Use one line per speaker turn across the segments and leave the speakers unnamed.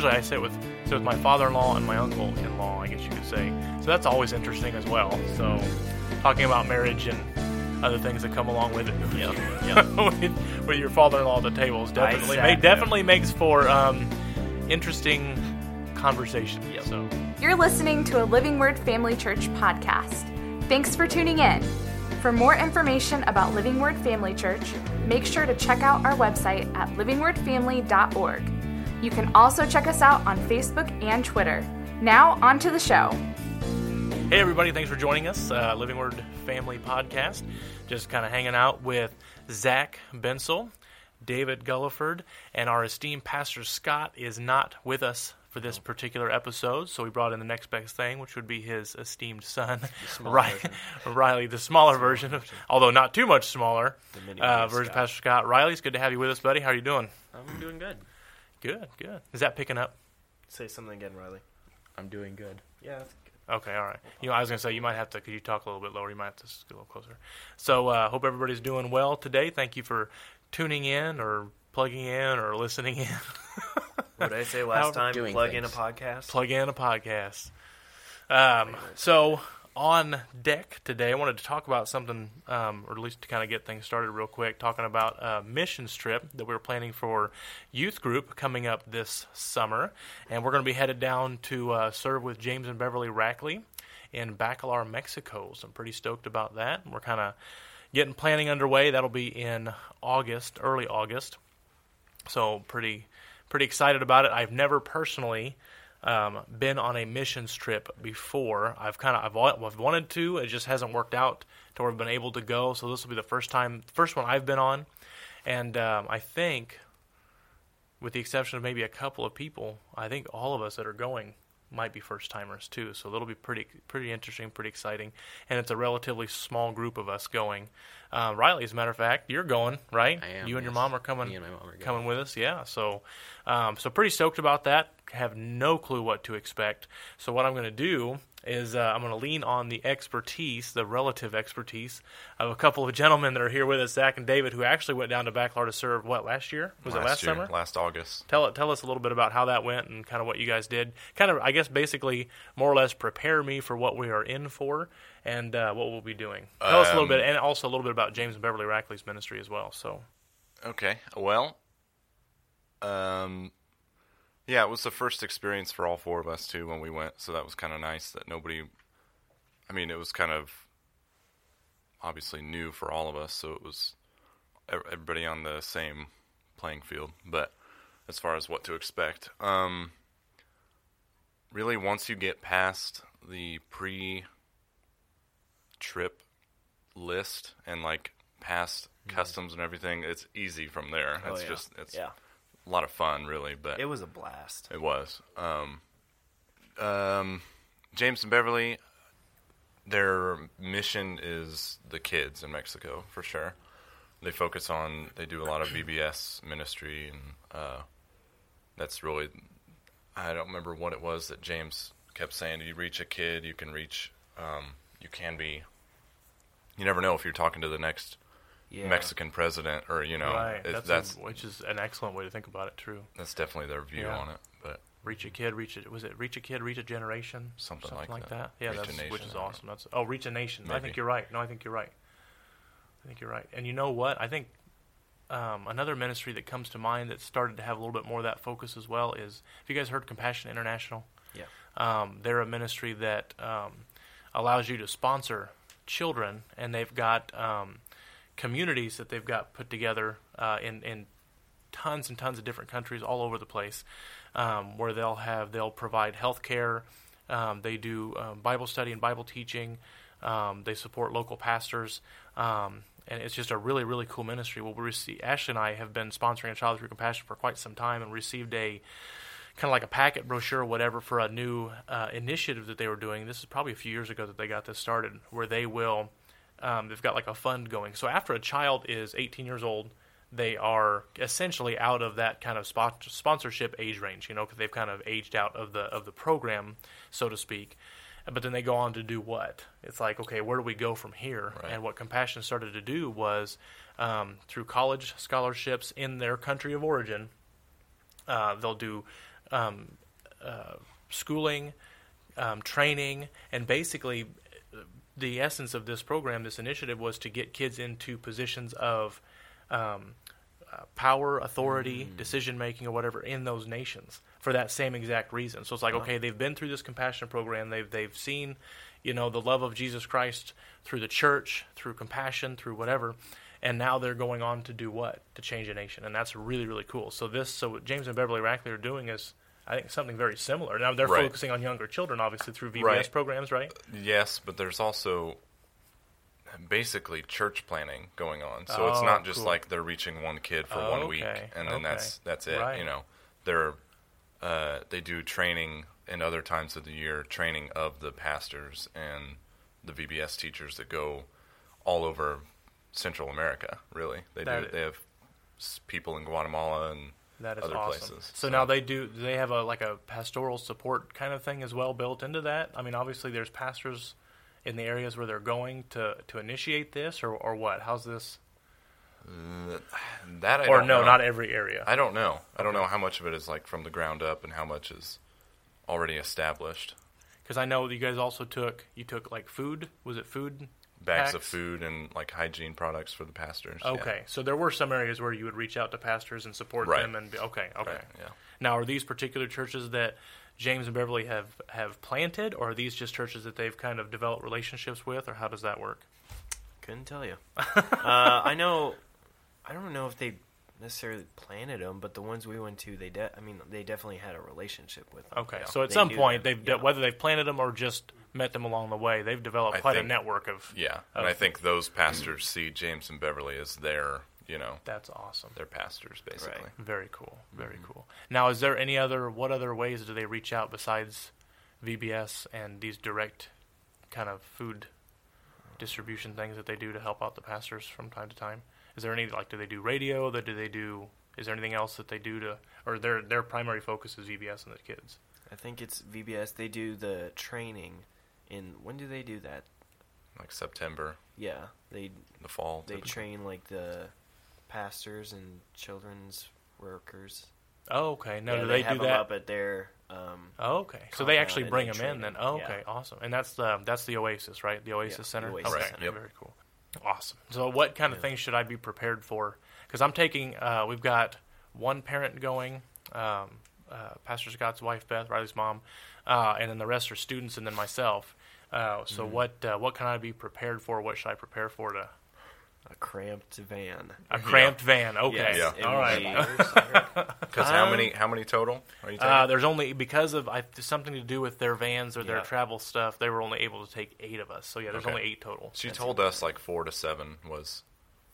that I sit with sit with my father-in-law and my uncle-in-law, I guess you could say. So that's always interesting as well. So talking about marriage and other things that come along with it.
Yep, yep.
with, with your father-in-law at the table is definitely
Exactly.
ma- definitely makes for um, interesting conversation.
Yep.
So
You're listening to a Living Word Family Church podcast. Thanks for tuning in. For more information about Living Word Family Church, make sure to check out our website at livingwordfamily.org. You can also check us out on Facebook and Twitter. Now, on to the show.
Hey, everybody, thanks for joining us. Uh, Living Word Family Podcast. Just kind of hanging out with Zach Bensel, David Gulliford, and our esteemed pastor Scott is not with us for this particular episode, so we brought in the next best thing, which would be his esteemed son, Riley, Riley, the smaller version, of, although not too much smaller,
The mini
uh,
Scott.
version of Pastor Scott. Riley, it's good to have you with us, buddy. How are you doing?
I'm doing good.
Good, good. Is that picking up?
Say something again, Riley.
I'm doing good.
Yeah, that's good.
Okay, all right. You know, I was gonna say you might have to because you talk a little bit lower. You might have to just get a little closer. So, uh, hope everybody's doing well today. Thank you for tuning in or plugging in or listening in.
What did I say
How-
last time?
Doing
Plug in a
things.
podcast.
Plug in a podcast. Um, so on deck today, I wanted to talk about something, um, or at least to kind of get things started real quick. Talking about a missions trip that we are planning for youth group coming up this summer, and we're going to be headed down to uh, serve with James and Beverly Rackley in Bacalar, Mexico. So I'm pretty stoked about that. We're kind of getting planning underway. That'll be in August, early August. So pretty, pretty excited about it. I've never personally um, been on a missions trip before. I've kind of I've, wa- I've wanted to. It just hasn't worked out to where I've been able to go. So this will be the first time, first one I've been on, and um, I think, with the exception of maybe a couple of people, I think all of us that are going might be first timers too. So that'll be pretty pretty interesting, pretty exciting, and it's a relatively small group of us going. Uh, Riley, as a matter of fact, you're going, right?
I am,
You and your
yes.
mom are coming.
Me and my mom are going.
coming with us. Yeah, so um, so pretty stoked about that. Have no clue what to expect. So what I'm going to do is uh, I'm going to lean on the expertise, the relative expertise of a couple of gentlemen that are here with us, Zach and David, who actually went down to Backlar to serve. What last year was it? Last
year,
summer.
Last August.
Tell tell us a little bit about how that went and kind of what you guys did. Kind of, I guess, basically more or less prepare me for what we are in for and uh, what we'll be doing. Tell us a little
Um,
bit, and also a little bit about James and Beverly Rackley's ministry as well. So
Okay. Well, um, yeah, it was the first experience for all four of us too when we went, so that was kind of nice that nobody. I mean, it was kind of obviously new for all of us, so it was ev- everybody on the same playing field. But as far as what to expect, um, really, once you get past the pre-trip list and like past customs and everything, it's easy from there.
Mm-hmm. Oh,
it's
yeah.
just it's
yeah.
a lot of fun, really. But
It was a blast.
it was. Um, um, James and Beverly, their mission is the kids in Mexico for sure. They focus on. They do a lot of BBS ministry, and uh, that's really. I don't remember what it was that James kept saying. You reach a kid, you can reach. Um, you can be. You never know if you're talking to the next
Yeah.
Mexican president, or you know,
right,
it-
that's,
Oh, that's
a, which is an excellent way to think about it. True,
that's definitely their view
Yeah.
on it. But
reach a kid, reach a was it reach a kid, reach a generation,
Something like
that.
that.
Yeah,
Reach a
that's
nation,
which is
I don't
awesome. That's oh, reach a nation. I think
Maybe.
you're right. No, I think you're right. I think you're right. And you know what? I think um, another ministry that comes to mind that started to have a little bit more of that focus as well is have you guys heard Compassion International?
Yeah.
Um, they're a ministry that um, allows you to sponsor children, and they've got um, communities that they've got put together uh, in in tons and tons of different countries all over the place, um, where they'll have they'll provide health care. Um, they do um, Bible study and Bible teaching. Um, they support local pastors. Um, and it's just a really, really cool ministry. Well, we receive, Ashley and I have been sponsoring a Child Through Compassion for quite some time and received a kind of like a packet brochure or whatever for a new uh, initiative that they were doing. This is probably a few years ago that they got this started, where they will um, they've got like a fund going. So after a child is 18 years old, they are essentially out of that kind of spot, sponsorship age range, you know, because they've kind of aged out of the of the program, so to speak. But then they go on to do what? It's like, okay, where do we go from here?
Right.
And what Compassion started to do was um, through college scholarships in their country of origin, uh, they'll do um, uh, schooling, um, training, and basically uh, the essence of this program, this initiative, was to get kids into positions of um, uh, power, authority,
Mm.
decision making, or whatever in those nations for that same exact reason. So it's
Uh-huh.
like, okay, they've been through this compassion program. They've they've seen, you know, the love of Jesus Christ through the church, through compassion, through whatever, and now they're going on to do what to change a nation, and that's really really cool. So this, so what James and Beverly Rackley are doing is. I think something very similar. Now they're
Right.
focusing on younger children, obviously through VBS
Right.
programs, right?
Yes, but there's also basically church planning going on. So it's
Oh,
not just
cool.
like they're reaching one kid for
Oh,
one week
okay,
and then
okay.
that's that's it.
Right.
You know, they're uh, they do training in other times of the year, training of the pastors and the VBS teachers that go all over Central America. Really, they do.
That-
They have s- people in Guatemala and
That is
other
awesome.
places.
So, now they do. They have a like a pastoral support kind of thing as well built into that. I mean, obviously there's pastors in the areas where they're going to to initiate this or or what? How's this?
that I
or
don't
no,
know.
not every area.
I don't know. I don't know how much of it is like from the ground up and how much is already established.
Because I know you guys also took you took like food. Was it food?
Bags of
packs?
food and like hygiene products for the pastors. yeah.
Okay, so there were some areas where you would reach out to pastors and support
Right.
them, and be, okay, okay.
Right, yeah.
Now, are these particular churches that James and Beverly have have planted, or are these just churches that they've kind of developed relationships with, or how does that work?
Couldn't tell you. uh, I know. I don't know if they necessarily planted them, but the ones we went to, they de- I mean, they definitely had a relationship with 'em.
Okay, so at
They
some
knew
point,
them,
they've
yeah.
whether they've planted them or just met them along the way, they've developed
I
quite a
think-
network of.
Yeah. And
of-
I think those pastors see James and Beverly as their, you know,
That's awesome.
their pastors basically.
Very cool. Very
Mm-hmm.
cool. Now, is there any other? What other ways do they reach out besides VBS and these direct kind of food distribution things that they do to help out the pastors from time to time? Is there any like do they do radio? That do they do? Is there anything else that they do to? Or their their primary focus is VBS and the kids.
I think it's VBS. They do the training in when do they do that?
Like September,
Yeah, they
the fall.
they
typically.
train like the pastors and children's workers.
Oh, okay. Now
yeah,
do they,
have
do
'em
that?
up at their um,
Oh, okay. So they
compound
actually
and
bring
they
them
train
in then.
them.
Oh,
Yeah.
okay. Awesome. And that's the that's the Oasis, right? The Oasis
the
Center.
Oasis
okay.
Right.
Center. Yep.
Very cool. Awesome. So what kind of things should I be prepared for? Because I'm taking. Uh, we've got one parent going. Um, uh, Pastor Scott's wife, Beth Riley's mom, uh, and then the rest are students, and then myself. Uh, so
Mm-hmm.
what uh, what can I be prepared for? What should I prepare for? To
a cramped van.
a cramped van. Okay.
Yeah.
It
All
would
right.
be-
Cuz how many how many total are you taking?
Uh, there's only because of I, something to do with their vans or their
Yeah.
travel stuff. They were only able to take eight of us. So yeah, there's
Okay.
only eight total.
she told us like 4 to 7 was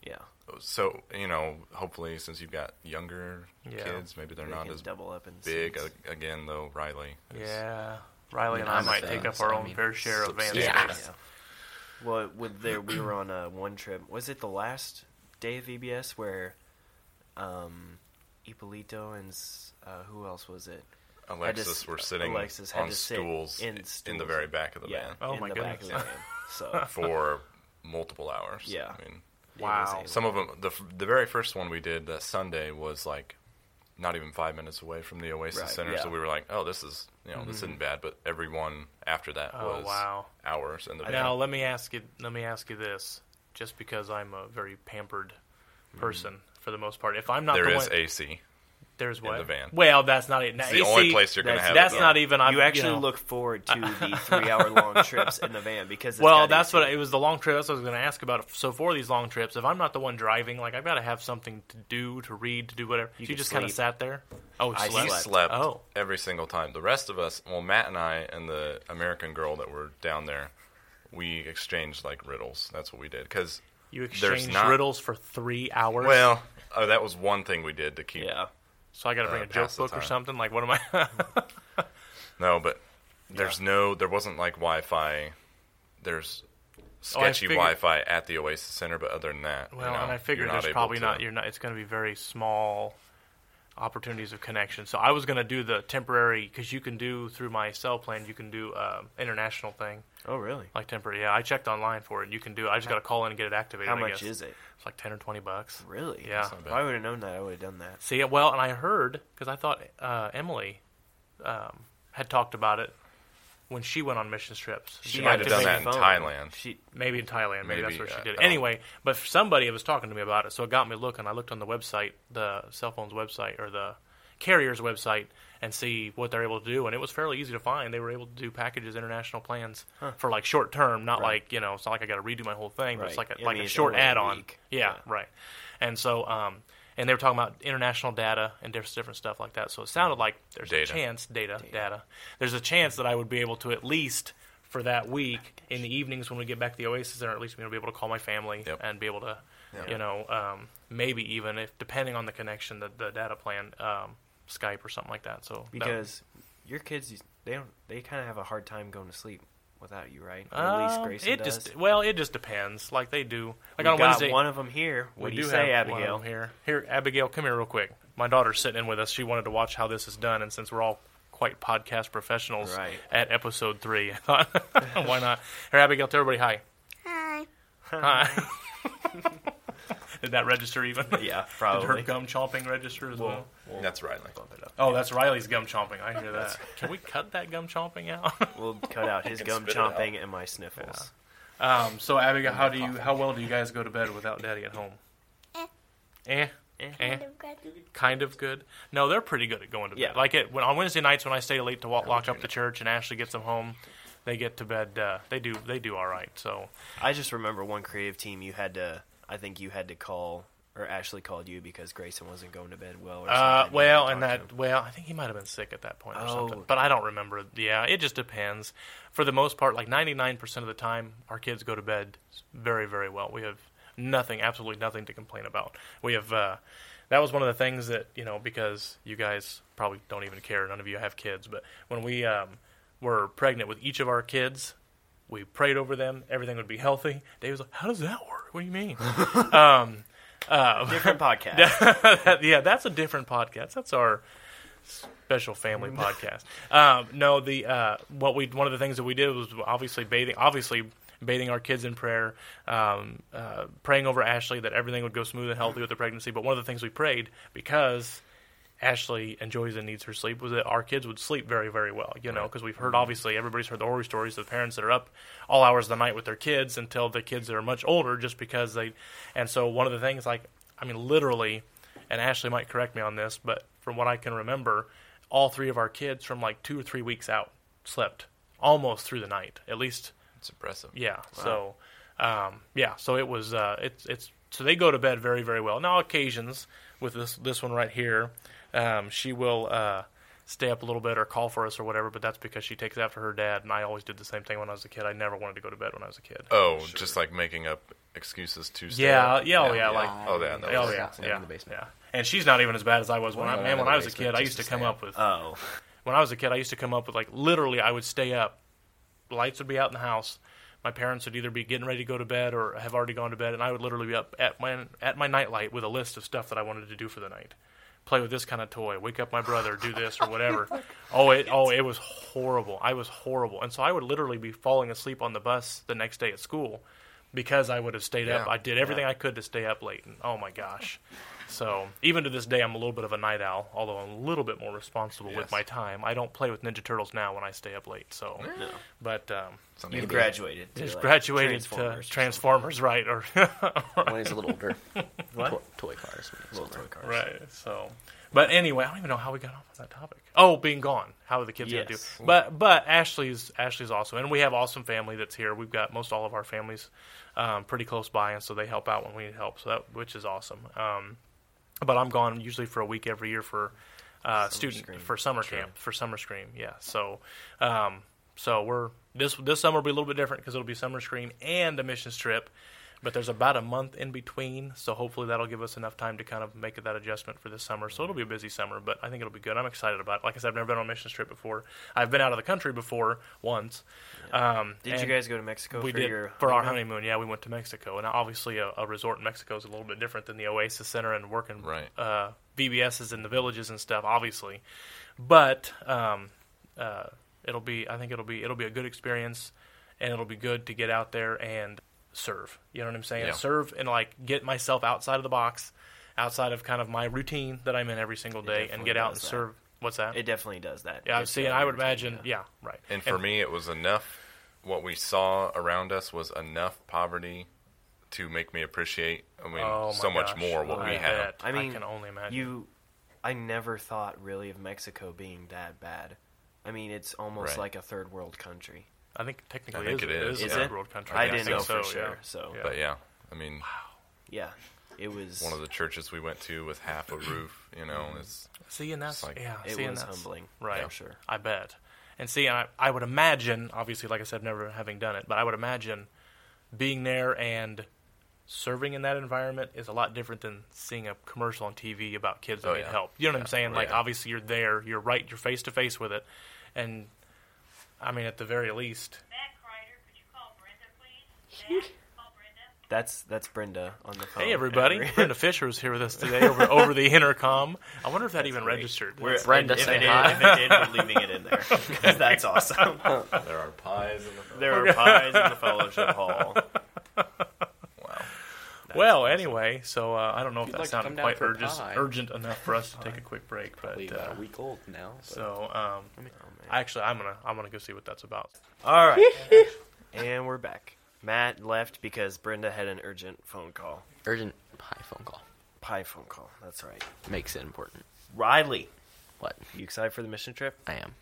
yeah,
so, you know, hopefully since you've got younger
Yeah.
kids, maybe they're
they
not
can
as
double up and
big Ag- again though Riley is-
Yeah, Riley and I
I'm
might
saying,
take up our
I
own
mean,
fair share of vans.
substantial.
Yeah. Well, with there we were on a one trip. Was it the last day of VBS where um Ippolito and s- uh, who else was it?
Alexis
s-
were sitting
Alexis had
on
to sit
stools
in
in, the
stools.
very back of the
yeah,
van
Oh
in
my
the back of the
goodness.
van. So
for multiple hours.
Yeah.
I mean,
Wow.
it was
some of them. The f- the very first one we did that Sunday was like not even five minutes away from the Oasis
Right,
Center,
yeah.
so we were like, oh, this is you know this isn't bad. But everyone after that
Mm-hmm. Oh,
was
wow.
hours in the van.
Now let me ask you. Let me ask you this. Just because I'm a very pampered person for the most part, if I'm not
Mm. there
the
is
one,
AC.
there's what
the van.
Well, that's not it. Now,
It's the
you
only
see,
place you're gonna
that's-
have.
That's
it.
not even. I'm,
you actually
know.
look forward to the three-hour-long trips in the van because it's
Well,
got
that's
AC.
what it was. The long trip. That's what I was going to ask about. So for these long trips, if I'm not the one driving, like I've got to have something to do, to read, to do whatever. You, so you
could
just kind of
sleep.
sat there. Oh,
I
slept.
He
Slept.
slept
Oh.
every single time. The rest of us, well, Matt and I and the American girl that were down there, we exchanged like riddles. That's what we did because
You
there's
exchanged
not-
riddles for three hours.
Well, oh, that was one thing we did to keep.
Yeah.
so I got to bring
uh,
a joke
pass the
book or
time.
something. Like, what am I?
No, but there's no, there wasn't like Wi-Fi. There's
Oh, I
sketchy
figured-
Wi-Fi at the Oasis Center, but other than that, you
Well,
know,
and I figured
you're not
there's
able
probably
to-
not. You're not. It's going to be very small opportunities of connection. So I was going to do the temporary because you can do through my cell plan. You can do um, international thing
Oh, really?
like temporary. Yeah, I checked online for it. You can do. it. I just got to call in and get it activated.
How
I
much
guess.
is it?
It's like ten or twenty bucks.
Really?
Yeah.
not
If I would have known that, I would have done that.
See, well, and I heard because I thought uh, Emily um, had talked about it when she went on mission trips.
She
might have done that in
phone.
Thailand.
She
Maybe in Thailand. Maybe, that's
Maybe,
where she
uh,
did. it.
I don't-
Anyway, but somebody was talking to me about it, so it got me looking. I looked on the website, the cell phone's website or the carrier's website, and see what they're able to do. And it was fairly easy to find. They were able to do packages, international plans for like short term, not like you know, it's not like I got to redo my whole thing. But it's
Right.
like a,
I
like
mean,
a
it's
short
only a
add-on.
week.
Yeah,
Yeah.
right. And so, um, and they were talking about international data and different different stuff like that. So it sounded like there's
Data.
a chance, data, data, There's a chance that I would be able to at least for
Oh
that week in the evenings when we get back to the Oasis, or at least be able to call my family
Yep.
and be able to, you know, um, maybe even if depending on the connection, the, the data plan, um, Skype or something like that. So that-
because your kids they don't they kind of have a hard time going to sleep without you, right? Or at least
Um,
Grayson
it
does.
just well, it just depends. Like they do. Like
we
on
got
Wednesday,
one of them here. What
we
do you
do
say,
have one of
Abigail?
them here. Here, Abigail, come here real quick. My daughter's sitting in with us. She wanted to watch how this is done, and since we're all quite podcast professionals
Right.
at episode three, I thought, why not? Here, Abigail, tell everybody hi.
Hi.
Hi. Did that register even?
Yeah,
Did her
probably.
gum chomping register as well?
We'll
That's right.
bump it up.
Oh, that's Riley's gum chomping. I hear that. Can we cut that gum chomping out?
We'll cut out his
can
gum
spit it out.
chomping and my sniffles.
um, so Abigail, how do you? How well do you guys go to bed without Daddy at home? Eh. Eh. Eh. kind of good. No, they're pretty good at going to bed.
Yeah.
Like it when on Wednesday nights when I stay late to walk, lock up the church and Ashley gets them home, they get to bed. Uh, they do they do all right. So
I just remember one creative team you had to. I think you had to call or Ashley called you because Grayson wasn't going to bed well. Or something.
uh,
You
well,
had
and
to talk
that well, I think he might have been sick at that point or
Oh.
something. But I don't remember. Yeah, it just depends. For the most part, like ninety nine percent of the time, our kids go to bed very very well. We have nothing, absolutely nothing to complain about. We have. Uh, that was one of the things that you know because you guys probably don't even care. None of you have kids, but when we um, were pregnant with each of our kids, we prayed over them. Everything would be healthy. Dave was like, "How does that work? What do you mean?" um,
to him. different podcast.
yeah, that's a different podcast. That's our special family podcast. Um, no, the uh, what we one of the things that we did was obviously bathing, obviously bathing our kids in prayer, um, uh, praying over Ashley that everything would go smooth and healthy with the pregnancy. But one of the things we prayed because. Ashley enjoys and needs her sleep was that our kids would sleep very, very well, you know, because we've heard obviously everybody's heard the horror stories of parents that are up all hours of the night with their kids until the kids that are much older just because they. And so, one of the things, like, I mean, literally, and Ashley might correct me on this, but from what I can remember, all three of our kids from like two or three weeks out slept almost through the night, at least
It's impressive.
yeah. So, um, yeah. So it was. Uh, it's it's. So they go to bed very very well. Now occasions with this this one right here, um, she will uh, stay up a little bit or call for us or whatever. But that's because she takes after her dad, and I always did the same thing when I was a kid. I never wanted to go to bed when I was a kid.
Oh, just like making up excuses to stay.
Yeah,
up.
yeah, oh, yeah, like-
oh yeah, that
oh
was-
yeah,
Sitting
yeah,
in the basement.
yeah. And she's not even as bad as I was when
Well,
I
no,
man
I'm
when
in
I was
the
a
basement
kid. I used
just
to
to
come
stay
up with
Oh,
when I was a kid, I used to come up with like literally, I would stay up, lights would be out in the house. My parents would either be getting ready to go to bed or have already gone to bed, and I would literally be up at my at my nightlight with a list of stuff that I wanted to do for the night. Play with this kind of toy, wake up my brother, do this or whatever. oh, it oh it was horrible. I was horrible, and so I would literally be falling asleep on the bus the next day at school because I would have stayed up.
Yeah.
I did everything I could to stay up late, and oh my gosh. So even to this day, I'm a little bit of a night owl, although I'm a little bit more responsible with
Yes.
my time. I don't play with Ninja Turtles now when I stay up late. So, but um,
something
you
to be-
graduated. to,
just
like,
graduated
Transformers or
to Transformers, right? Or
When he's a little older.
What?
Toy, toy cars.
something. little toy cars.
right. So, but anyway, I don't even know how we got off on that topic. Oh, being gone. How are the kids gonna
Yes.
do? But but Ashley's Ashley's awesome, and we have awesome family that's here. We've got most all of our families um, pretty close by, and so they help out when we need help. So that which is awesome. Um, but I'm gone usually for a week every year for uh, student
Scream.
for summer camp for summer scream. Yeah, so um, so we're this this summer will be a little bit different because it'll be summer scream and a missions trip. But there's about a month in between, so hopefully that'll give us enough time to kind of make that adjustment for this summer. So it'll be a busy summer, but I think it'll be good. I'm excited about it. Like I said, I've never been on a missions trip before. I've been out of the country before once. Um,
Did you
and-
guys go to Mexico
we
for
did
your
for our honeymoon. Yeah, we went to Mexico, and obviously a, a resort in Mexico is a little bit different than the Oasis Center and working
Right.
uh, VBSs in the villages and stuff. Obviously, but um, uh, it'll be. I think it'll be. It'll be a good experience, and it'll be good to get out there and serve. You know what I'm saying?
Yeah.
Serve and like get myself outside of the box, outside of kind of my routine that I'm in every single day, and
definitely
get out and
does that.
serve What's that?
It definitely does that.
yeah,
It's uh,
see,
the
and I would
other
imagine.
routine,
Yeah, right.
And for me, it was enough. What we saw around us was enough poverty to make me appreciate. I mean,
Oh,
so
my
much
gosh.
more what
I
we had.
bet.
I mean,
can only imagine.
You, I never thought really of Mexico being that bad. I mean, it's almost
Right.
like a third world country.
I think technically
I think
it
it
is.
is,
a
Is
it?
third world country.
I
Yeah,
didn't
think
know for
so,
sure,
yeah.
so-
Yeah.
But yeah, I mean,
Yeah, it was.
one of the churches we went to with half a roof. You know, it's
See, and that's
It's like-
yeah.
It
see, and
was
that's-
humbling,
right?
for sure.
I bet. And see, I, I would imagine, obviously, like I said, never having done it, but I would imagine being there and serving in that environment is a lot different than seeing a commercial on TV about kids that
Oh,
need
yeah.
help. You know what I'm saying? Like,
yeah.
obviously, you're there, you're right, you're face to face with it, and I mean, at the very least,
Matt Kreider, could you call Brenda, please? Matt, call Brenda.
that's that's Brenda on the
Oh,
phone.
hey, everybody,
Every-
Brenda Fisher is here with us today over over the intercom. I wonder if that even registered.
We're-
Brenda,
if
say
it did-
hi.
If it did, we're leaving it in there. 'Cause that's awesome.
there are pies in the
There are pies in the fellowship hall.
wow.
Well, anyway, so uh, I don't know if
you'd
that
like to come
sounded
down
quite
for a
urgent,
pie.
urgent enough for us to take a quick break,
Probably
but
about
uh,
a week old now. but-
so um,
oh,
actually, I'm gonna I'm gonna go see what that's about.
All right, and we're back. Matt left because Brenda had an urgent phone call.
urgent pie phone call
Pie phone call. That's right.
makes it important.
Riley,
What
you excited for the mission trip?
I am.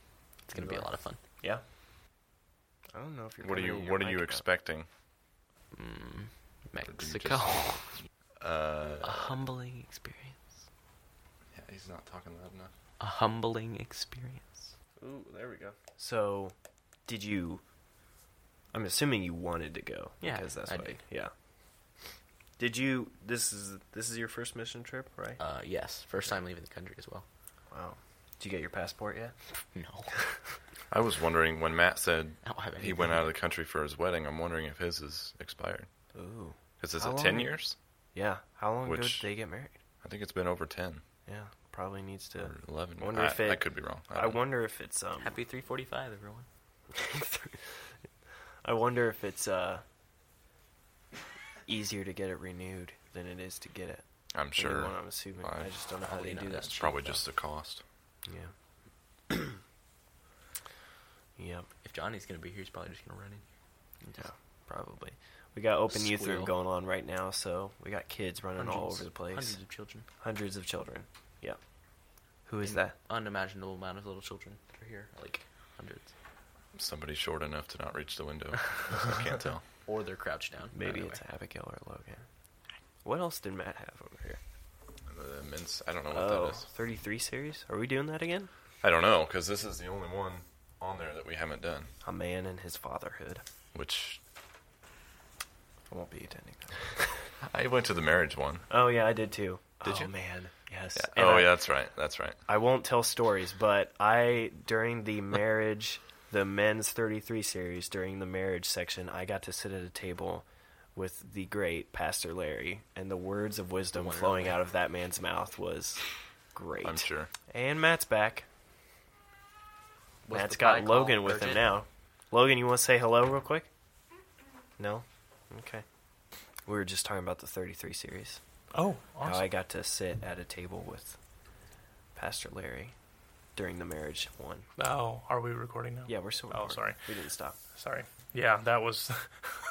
It's gonna be a lot of fun.
Yeah. I don't know if you're.
What are you?
covering your
What are
mic
you
up.
expecting?
Mexico,
Uh,
a humbling experience.
yeah, he's not talking loud enough.
A humbling experience.
Ooh, there we go.
So, did you? I'm assuming you wanted to go.
Yeah,
because that's
I
why.
did.
Yeah. Did you? This is this is your first mission trip, right?
Uh, yes, first time leaving the country as well.
wow. Did you get your passport yet?
No,
I was wondering when Matt said
I don't have
he
anything.
went out of the country for his wedding. I'm wondering if his is expired.
Ooh.
Because is
How
it ten
long?
years?
Yeah. How long ago
Which-
did they get married?
I think it's been over ten
Yeah. Probably needs to.
or uh, eleven.
Wonder
I,
if it-
I could be wrong. I,
I
don't know.
wonder if it's um.
Happy 345, everyone.
I wonder if it's uh. Easier to get it renewed than it is to get it.
I'm
the new
sure.
one, I'm assuming.
I-
I just don't know how
probably
they
not
do
that
that.
It's probably just the cost.
Yeah. yep.
If Johnny's gonna be here, he's probably just gonna run in.
Yeah, probably. We got open youth room
Squeal.
going on right now, so we got kids running all over the place.
Hundreds
Hundreds
of children.
of, children. Yep. Who is
An
that?
Unimaginable amount of little children that are here. Like hundreds.
Somebody short enough to not reach the window. I can't tell.
Or they're crouched down.
Maybe
Either
it's
way.
Abigail or Logan. What else did Matt have over here?
The men's, I don't know what
Oh,
that is.
33 series? Are we doing that again?
I don't know because this is the only one on there that we haven't done.
A man and his fatherhood.
Which
I won't be attending that.
I went to the marriage one.
Oh, yeah, I did too.
Did
oh,
you?
man. Yes. And
Oh
I-
yeah, that's right. That's right.
I won't tell stories, but I during the marriage, the men's 33 series during the marriage section, I got to sit at a table with the great Pastor Larry, and the words of wisdom flowing out of that man's mouth was great.
I'm sure.
And Matt's back.
What's
Matt's
the pie
got Logan
called?
with him
Urgent?
now. Logan, you want to say hello real quick? No. Okay. We were just talking about the 33 series.
Oh,
How I got to sit at a table with Pastor Larry during the marriage one.
Oh, are we recording now?
Yeah, we're still.
Oh,
recording.
sorry.
we didn't stop.
Sorry. Yeah, that was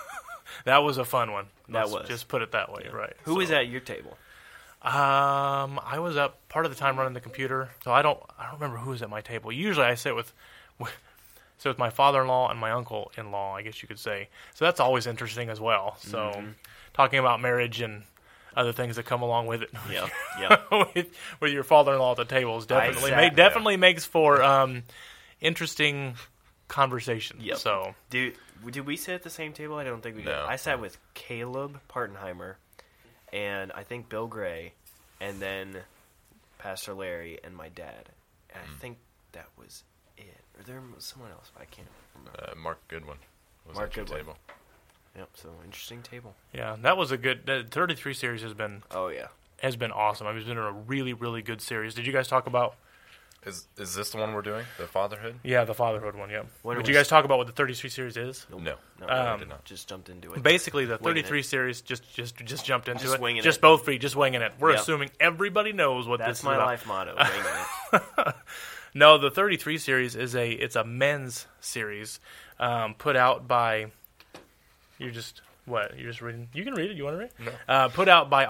that was a fun one.
That
Let's
was.
just put it that way, right?
Who was at your table?
Um, I was up part of the time running the computer, so I don't I don't remember who was at my table. Usually, I sit with, with sit with my father-in-law and my uncle-in-law, I guess you could say. So that's always interesting as well. So
Mm-hmm.
talking about marriage and other things that come along with it.
Yeah, yeah.
with, with your father-in-law at the table is definitely
sat-
ma- definitely makes for um, interesting conversation.
Yep.
So
Dude, did we sit at the same table? I don't think we did.
No.
I sat with Caleb Partenheimer, and I think Bill Gray, and then Pastor Larry and my dad. And I think that was it. Or there was someone else, but I can't remember.
Uh, Mark Goodwin was
Mark
at your
Goodwin.
table.
Yep. So interesting table.
yeah, that was a good. The 33 series has been
Oh yeah.
has been awesome. I mean, it's been a really really good series. Did you guys talk about?
Is is this the one we're doing? The fatherhood?
Yeah, the fatherhood one. Yeah.
When
Did
it
you
was-
guys talk about what the 33 series is?
No.
No,
I
um,
did not.
just jumped into it.
Basically, the
Winging it.
33 series just just just jumped into
Just
it.
winging
just
it.
both feet, just winging it. We're
Yep.
assuming everybody knows what
That's
this
my
is about.
life motto. winging it.
No, the 33 series is a it's a men's series um, put out by. You're just what you're just reading. You can read it. You want to read? No. Uh, put out by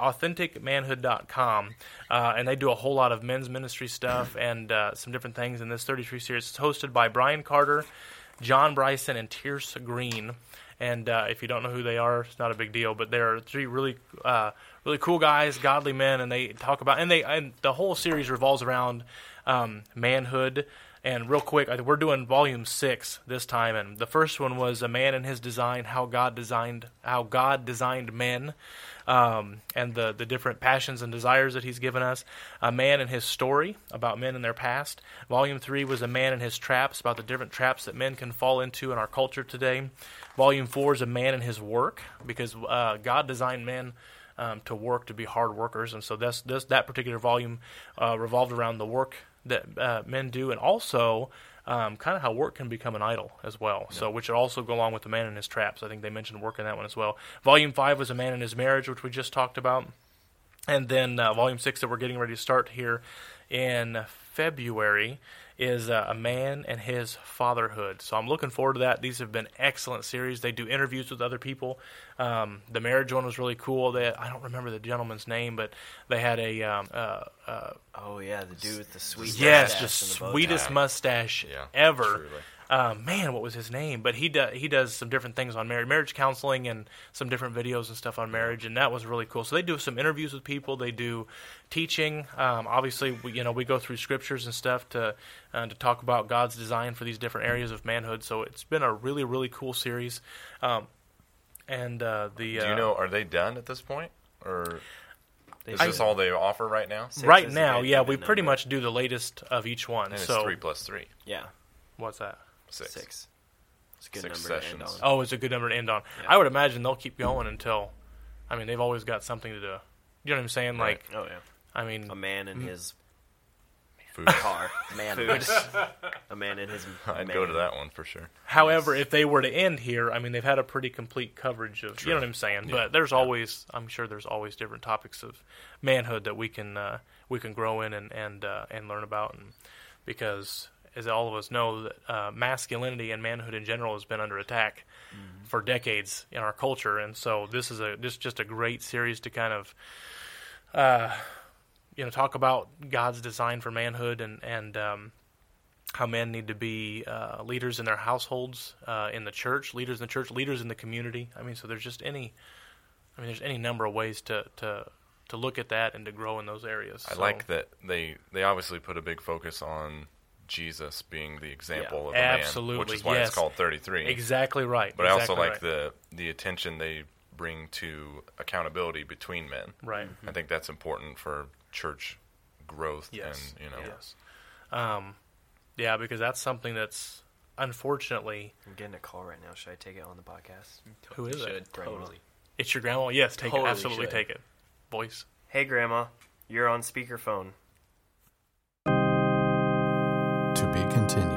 AuthenticManhood.com, uh, and they do a whole lot of men's ministry stuff and uh, some different things. in this 33 series is hosted by Brian Carter, John Bryson, and Tierce Green. And uh, if you don't know who they are, it's not a big deal. But they're three really, uh, really cool guys, godly men, and they talk about and they and the whole series revolves around um, manhood. And real quick, I- we're doing volume six this time, and the first one was a man and his design, how God designed how God designed men, um, and the the different passions and desires that He's given us. A man and his story about men and their past. Volume three was a man and his traps about the different traps that men can fall into in our culture today. Volume four is a man and his work because uh, God designed men um, to work to be hard workers, and so that's this that particular volume uh, revolved around the work that uh, men do, and also um, kind of how work can become an idol as well. So which would also go along with the man and his traps. I think they mentioned work in that one as well. Volume five was a man and his marriage, which we just talked about, and then uh, volume six that we're getting ready to start here in February. Is uh, a man and his fatherhood. So I'm looking forward to that. These have been excellent series. They do interviews with other people. Um, the marriage one was really cool. They, I don't remember the gentleman's name, but they had a um, uh,
Oh yeah, the dude with the sweet.
Yes,
mustache
the
and bow tie.
sweetest mustache
Yeah,
ever.
truly.
Uh, man, what was his name? But he do, he does some different things on marriage, marriage counseling, and some different videos and stuff on marriage, and that was really cool. So they do some interviews with people. They do teaching. Um, obviously, we, you know we go through scriptures and stuff to uh, to talk about God's design for these different areas of manhood. So it's been a really really cool series. Um, and uh, the
Do
uh,
you know? Are they done at this point, or is
I-
this all they offer right now?
Six
right
is a
now?
good
Yeah,
even
we pretty
number.
much do the latest of each one.
And it's
so
three plus three,
Yeah,
what's that?
six.
six. It's a good
Six
number to end
sessions.
on.
Oh, it's a good number to end on. I would imagine they'll keep going until, I mean, they've always got something to do. You know what I'm saying?
Right.
Like,
Oh yeah, Mm.
I mean,
a man and his
Food.
car, manhood. a man and his.
I'd go to that one for sure.
however, if they were to end here, I mean, they've had a pretty complete coverage of. You know what I'm saying? But there's always, I'm sure, there's always different topics of manhood that we can uh, we can grow in and and uh, and learn about, and because as all of us know, that uh, masculinity and manhood in general has been under attack for decades in our culture, and so this is a this is just a great series to kind of. uh, you know talk about God's design for manhood and and um, how men need to be uh, leaders in their households, uh, in the church, leaders in the church, leaders in the community. I mean, so there's just any, I mean, there's any number of ways to to to look at that and to grow in those areas.
I
So-
like that they they obviously put a big focus on Jesus being the example of a man,
Absolutely,
which is why
yes.
it's called 33.
exactly right.
But I also
exactly
like
right.
the the attention they bring to accountability between men.
right.
I think that's important for church growth
Yes.
and you know
Yes. Um, yeah, because that's something that's unfortunately
I'm getting a call right now. Should I take it on the podcast?
who is it?
Should totally.
It's your grandma. Yes, take
Totally
it. Absolutely
should.
take it. Voice.
Hey, Grandma, you're on speakerphone.
To be continued.